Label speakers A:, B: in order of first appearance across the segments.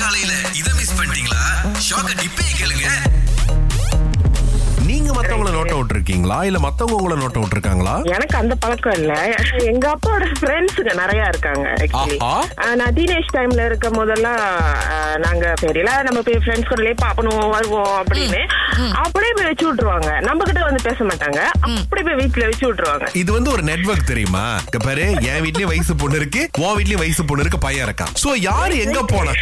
A: காலையில இத மிஸ் பண்ணிட்டீங்களா ஷாக்க டிப்பே கேளுங்க
B: நீங்க மத்தவங்கள நோட்ட விட்டுருக்கீங்களா இல்ல மத்தவங்க உங்களை நோட்ட விட்டுருக்காங்களா
C: எனக்கு அந்த பழக்கம் இல்ல எங்க அப்பாவோட ஃப்ரெண்ட்ஸுங்க நிறைய இருக்காங்க ஆக்சுவலி
B: ஆஹா.
C: நான் டீனேஜ் டைம்ல இருக்கும் போதெல்லாம் ஆஹ், நாங்க பெரியல நம்ம போய் ஃப்ரெண்ட்ஸ் கூடலயே பாப்பணும் வருவோம் அப்படின்னு அப்படியே போய் வச்சு விட்டுருவாங்க நம்ம கிட்ட வந்து பேச மாட்டாங்க அப்படியே போய் வீட்டுல வச்சு விட்டுருவாங்க
B: இது வந்து ஒரு நெட்வொர்க் தெரியுமா இங்க பாரு என் வீட்லயும் வயசு பொண்ணு இருக்கு உன் வீட்லயும் வயசு பொண்ணு இருக்கு பையன் இருக்கான் சோ யாரு எங்க போனா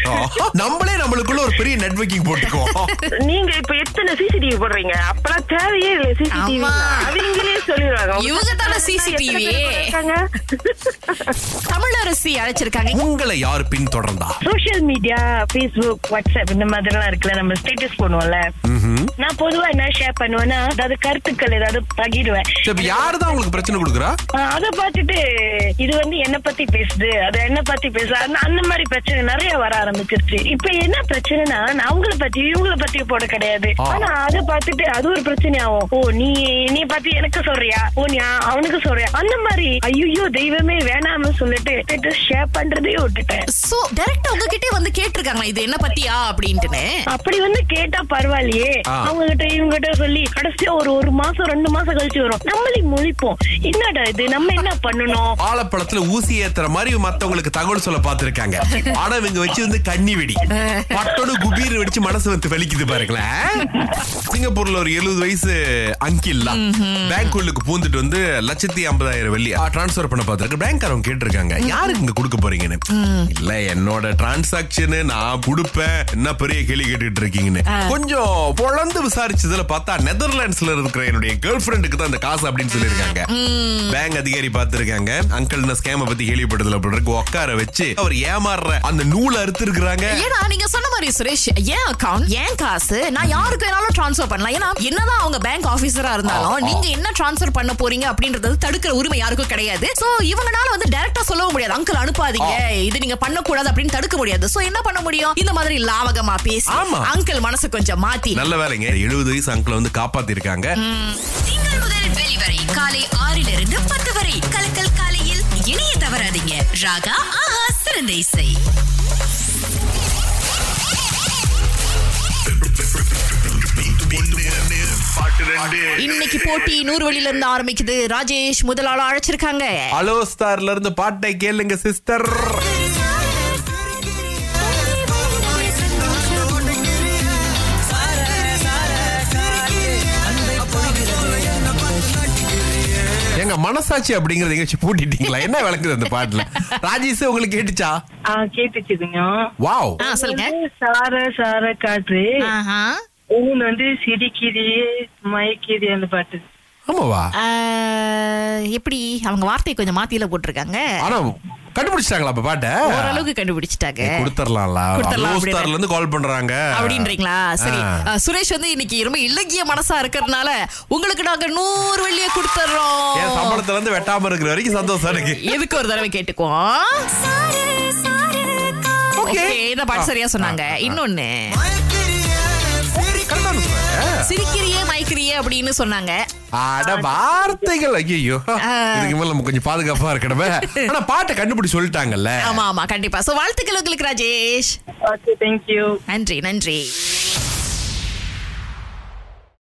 B: நம்மளே நம்மளுக்குள்ள ஒரு பெரிய நெட்வொர்க்கிங் போட்டுக்குவோம்
C: நீங்க இப்ப எத்தனை சிசிடிவி போடுறீங்க அப்பெல்லாம் தேவையே இல்ல சிசிடிவி
D: ஆமா.
C: அவங்களே சொல்லிடுவாங்க உங்க
D: இவங்க தானே
C: எத்தனை
D: CCTV?
C: பேர் போட்டிருக்காங்க?
D: தமிழரசி அழைச்சிருக்காங்க
B: உங்களை யாரு பின் தொடர்ந்தா
E: சோஷியல் மீடியா ஃபேஸ்புக் வாட்ஸ்அப் இந்த மாதிரிலாம் இருக்குல்ல நம்ம ஸ்டேட்டஸ் போடுவோம்ல நான் பொதுவா என்ன ஷேர் பண்ணுவேன்னா அதாவது கருத்துக்கள் ஏதாவது பகிடுவேன்
B: சரி, இப்ப யாருதான் உங்களுக்கு பிரச்சனை கொடுக்குறா
E: அத பாத்துட்டு இது வந்து என்ன பத்தி பேசுது அது என்ன பத்தி பேசுது அந்த- அந்த மாதிரி பிரச்சனை நிறைய வர ஆரம்பிச்சிருச்சு இப்ப என்ன பிரச்சனைனா நான் அவங்கள பத்தி இவங்கள பத்தி போட கிடையாது
B: ஆ.
E: ஆனா அத பாத்துட்டு அது ஒரு பிரச்சனை ஆகும் ஓ நீ நீ பத்தி எனக்கு சொல்றியா ஓ நீ அ- அவனுக்கு சொல்றியா அந்த மாதிரி ஐயோ தெய்வமே வேணாம்னு சொல்லிட்டு ஷேர் பண்றதே விட்டுட்டேன்
D: சோ டைரக்டா உங்ககிட்டே வந்து கேட்டிருக்காங்களா இது என்ன பத்தியா அப்படின்ட்டுன்னு
E: அப்படி வந்து கேட்டா பரவாயில்லையே
B: ஆ.
E: அவங்க கிட்ட இவங்க கிட்ட சொல்லி கடைசியா ஒரு ஒரு மாசம் ரெண்டு மாசம் கழிச்சு வரும் நம்மளே முழிப்போம் என்னடா இது நம்ம என்ன பண்ணணும்
B: ஆலப்பழத்துல ஊசி ஏத்துற மாதிரி மத்தவங்களுக்கு தகவல் சொல்ல பாத்துருக்காங்க ஆனா இவங்க வச்சிருந்து கண்ணி வெடி பட்டோடு குபீர் வெடிச்சு மனசு வந்து வலிக்குது பாருங்களேன் சிங்கப்பூர்ல ஒரு எழுபது வயசு அங்கிள் பேங்க் உள்ளுக்கு பூந்துட்டு வந்து லட்சத்தி ஐம்பதாயிரம் வெள்ளி டிரான்ஸ்ஃபர் பண்ண பாத்துருக்கு பேங்க் அவங்க கேட்டிருக்காங்க யாருக்கு இங்க கொடுக்க போறீங்கன்னு இல்ல என்னோட டிரான்சாக்சன் நான் கொடுப்பேன் என்ன பெரிய கேள்வி கேட்டுட்டு இருக்கீங்கன்னு கொஞ்சம் பொழந்து விசாரிச்சதுல பார்த்தா நெதர்லாண்ட்ஸ்ல இருக்கிற என்னுடைய கேர்ள் ஃபிரெண்டுக்கு தான் அந்த காசு அப்படின்னு சொல்லியிருக்காங்க பேங்க் அதிகாரி பார்த்திருக்காங்க அங்கிள் ஸ்கேம பத்தி கேள்விப்பட்டதுல அப்படி இருக்கு உட்கார வச்சு அவர் ஏமாறுற அந்த நூல் அறுத்து இருக்கிறாங்க
D: ஏன்னா நீங்க சொன்ன மாதிரி சுரேஷ் ஏன் அக்கவுண்ட் ஏன் காசு நான் யாருக்கு வேணாலும் ட்ரான்ஸ்ஃபர் பண்ணலாம் ஏன்னா என்னதான் அவங்க பேங்க் ஆபீசரா இருந்தாலும் நீங்க என்ன ட்ரான்ஸ்ஃபர் பண்ண போறீங்க அப்படின்றது தடுக்கிற உரிமை யாருக்கும் கிடையாது சோ இவங்கனால வந்து டைரக்டா சொல்லவும் முடியாது அங்கிள் அனுப்பாதீங்க இது நீங்க பண்ணக்கூடாது அப்படின்னு தடுக்க முடியாது சோ என்ன பண்ண முடியும் இந்த மாதிரி லாவகமா பேசி
B: ஆமா.
D: அங்கிள் மனசு கொஞ்சம் மாத்தி
B: நல்ல வேலைங்க எழுபது வயசு அங்கிள் வந்து காப்பாத்திருக்காங்க
F: திங்கள் முதல் வெளிவரை காலை ஆறிலிருந்து பத்து வரை கலக்கல் காலையில் இணைய தவறாதீங்க ராகா ஆஹா சிறந்த இசை
D: இன்னைக்கு போட்டி நூறு வழியில இருந்து ஆரம்பிக்குது ராஜேஷ் முதலாளா அழைச்சிருக்காங்க
B: ஹலோ ஸ்டார்ல இருந்து பாட்டை கேளுங்க சிஸ்டர் எங்க மனசாட்சி அப்படிங்கறது எங்கேயாச்சும் பூட்டிட்டீங்களா என்ன விளக்குது அந்த பாட்டுல ராஜேஷ் உங்களுக்கு கேட்டுச்சா
E: கேட்டுச்சுதுங்க
B: வாவ்
D: ஆ சொல்லுங்க
E: சார சார காற்று
D: ஆஹா.
E: ஊன் வந்து சிரிக்கிறியே மயக்கிறியே அந்த பாட்டு
B: ஆமாவா
D: ஆஹ், எப்படி அவங்க வார்த்தையை கொஞ்சம் மாத்தியில போட்டிருக்காங்க
B: ஆனா கண்டுபிடிச்சிட்டாங்களா அப்ப பாட்டை
D: ஓரளவுக்கு கண்டுபிடிச்சிட்டாங்க
B: கொடுத்துடலாம்ல
D: கொடுத்துடலாம்
B: ஹலோ
D: அப்படின்னு.
B: ஸ்டார்ல இருந்து கால் பண்றாங்க
D: அப்படின்றீங்களா சரி
B: ஆ.
D: அஹ், சுரேஷ் வந்து இன்னைக்கு ரொம்ப இலகிய மனசா இருக்கிறதுனால உங்களுக்கு நாங்க நூறு வெள்ளிய
B: என்
D: கொடுத்துறோம்
B: சம்பளத்துல இருந்து வெட்டாம இருக்கிற வரைக்கும் சந்தோஷம் எனக்கு
D: எதுக்கு ஒரு தடவை கேட்டுக்குவோம் ஓகே இந்த பாட்டு சரியா சொன்னாங்க
B: ஆ, ஆ, ஆ.
D: இன்னொன்னு
B: கரெக்டான சொன்னாங்க.
D: சிரிக்கிறியே மயக்கிறியே அப்படின்னு சொன்னாங்க
B: அட வார்த்தைகள் ஐயோ
D: ஆ.
B: இதுக்கு மேல நம்ம கொஞ்சம் பாதுகாப்பா இருக்கணுமே ஆனா பாட்டை கண்டுபிடிச்சு சொல்லிட்டாங்கல்ல
D: ஆமா ஆமா கண்டிப்பா சோ வாழ்த்துக்கள் உங்களுக்கு ராஜேஷ்
E: ஓகே தேங்க்யூ
D: நன்றி நன்றி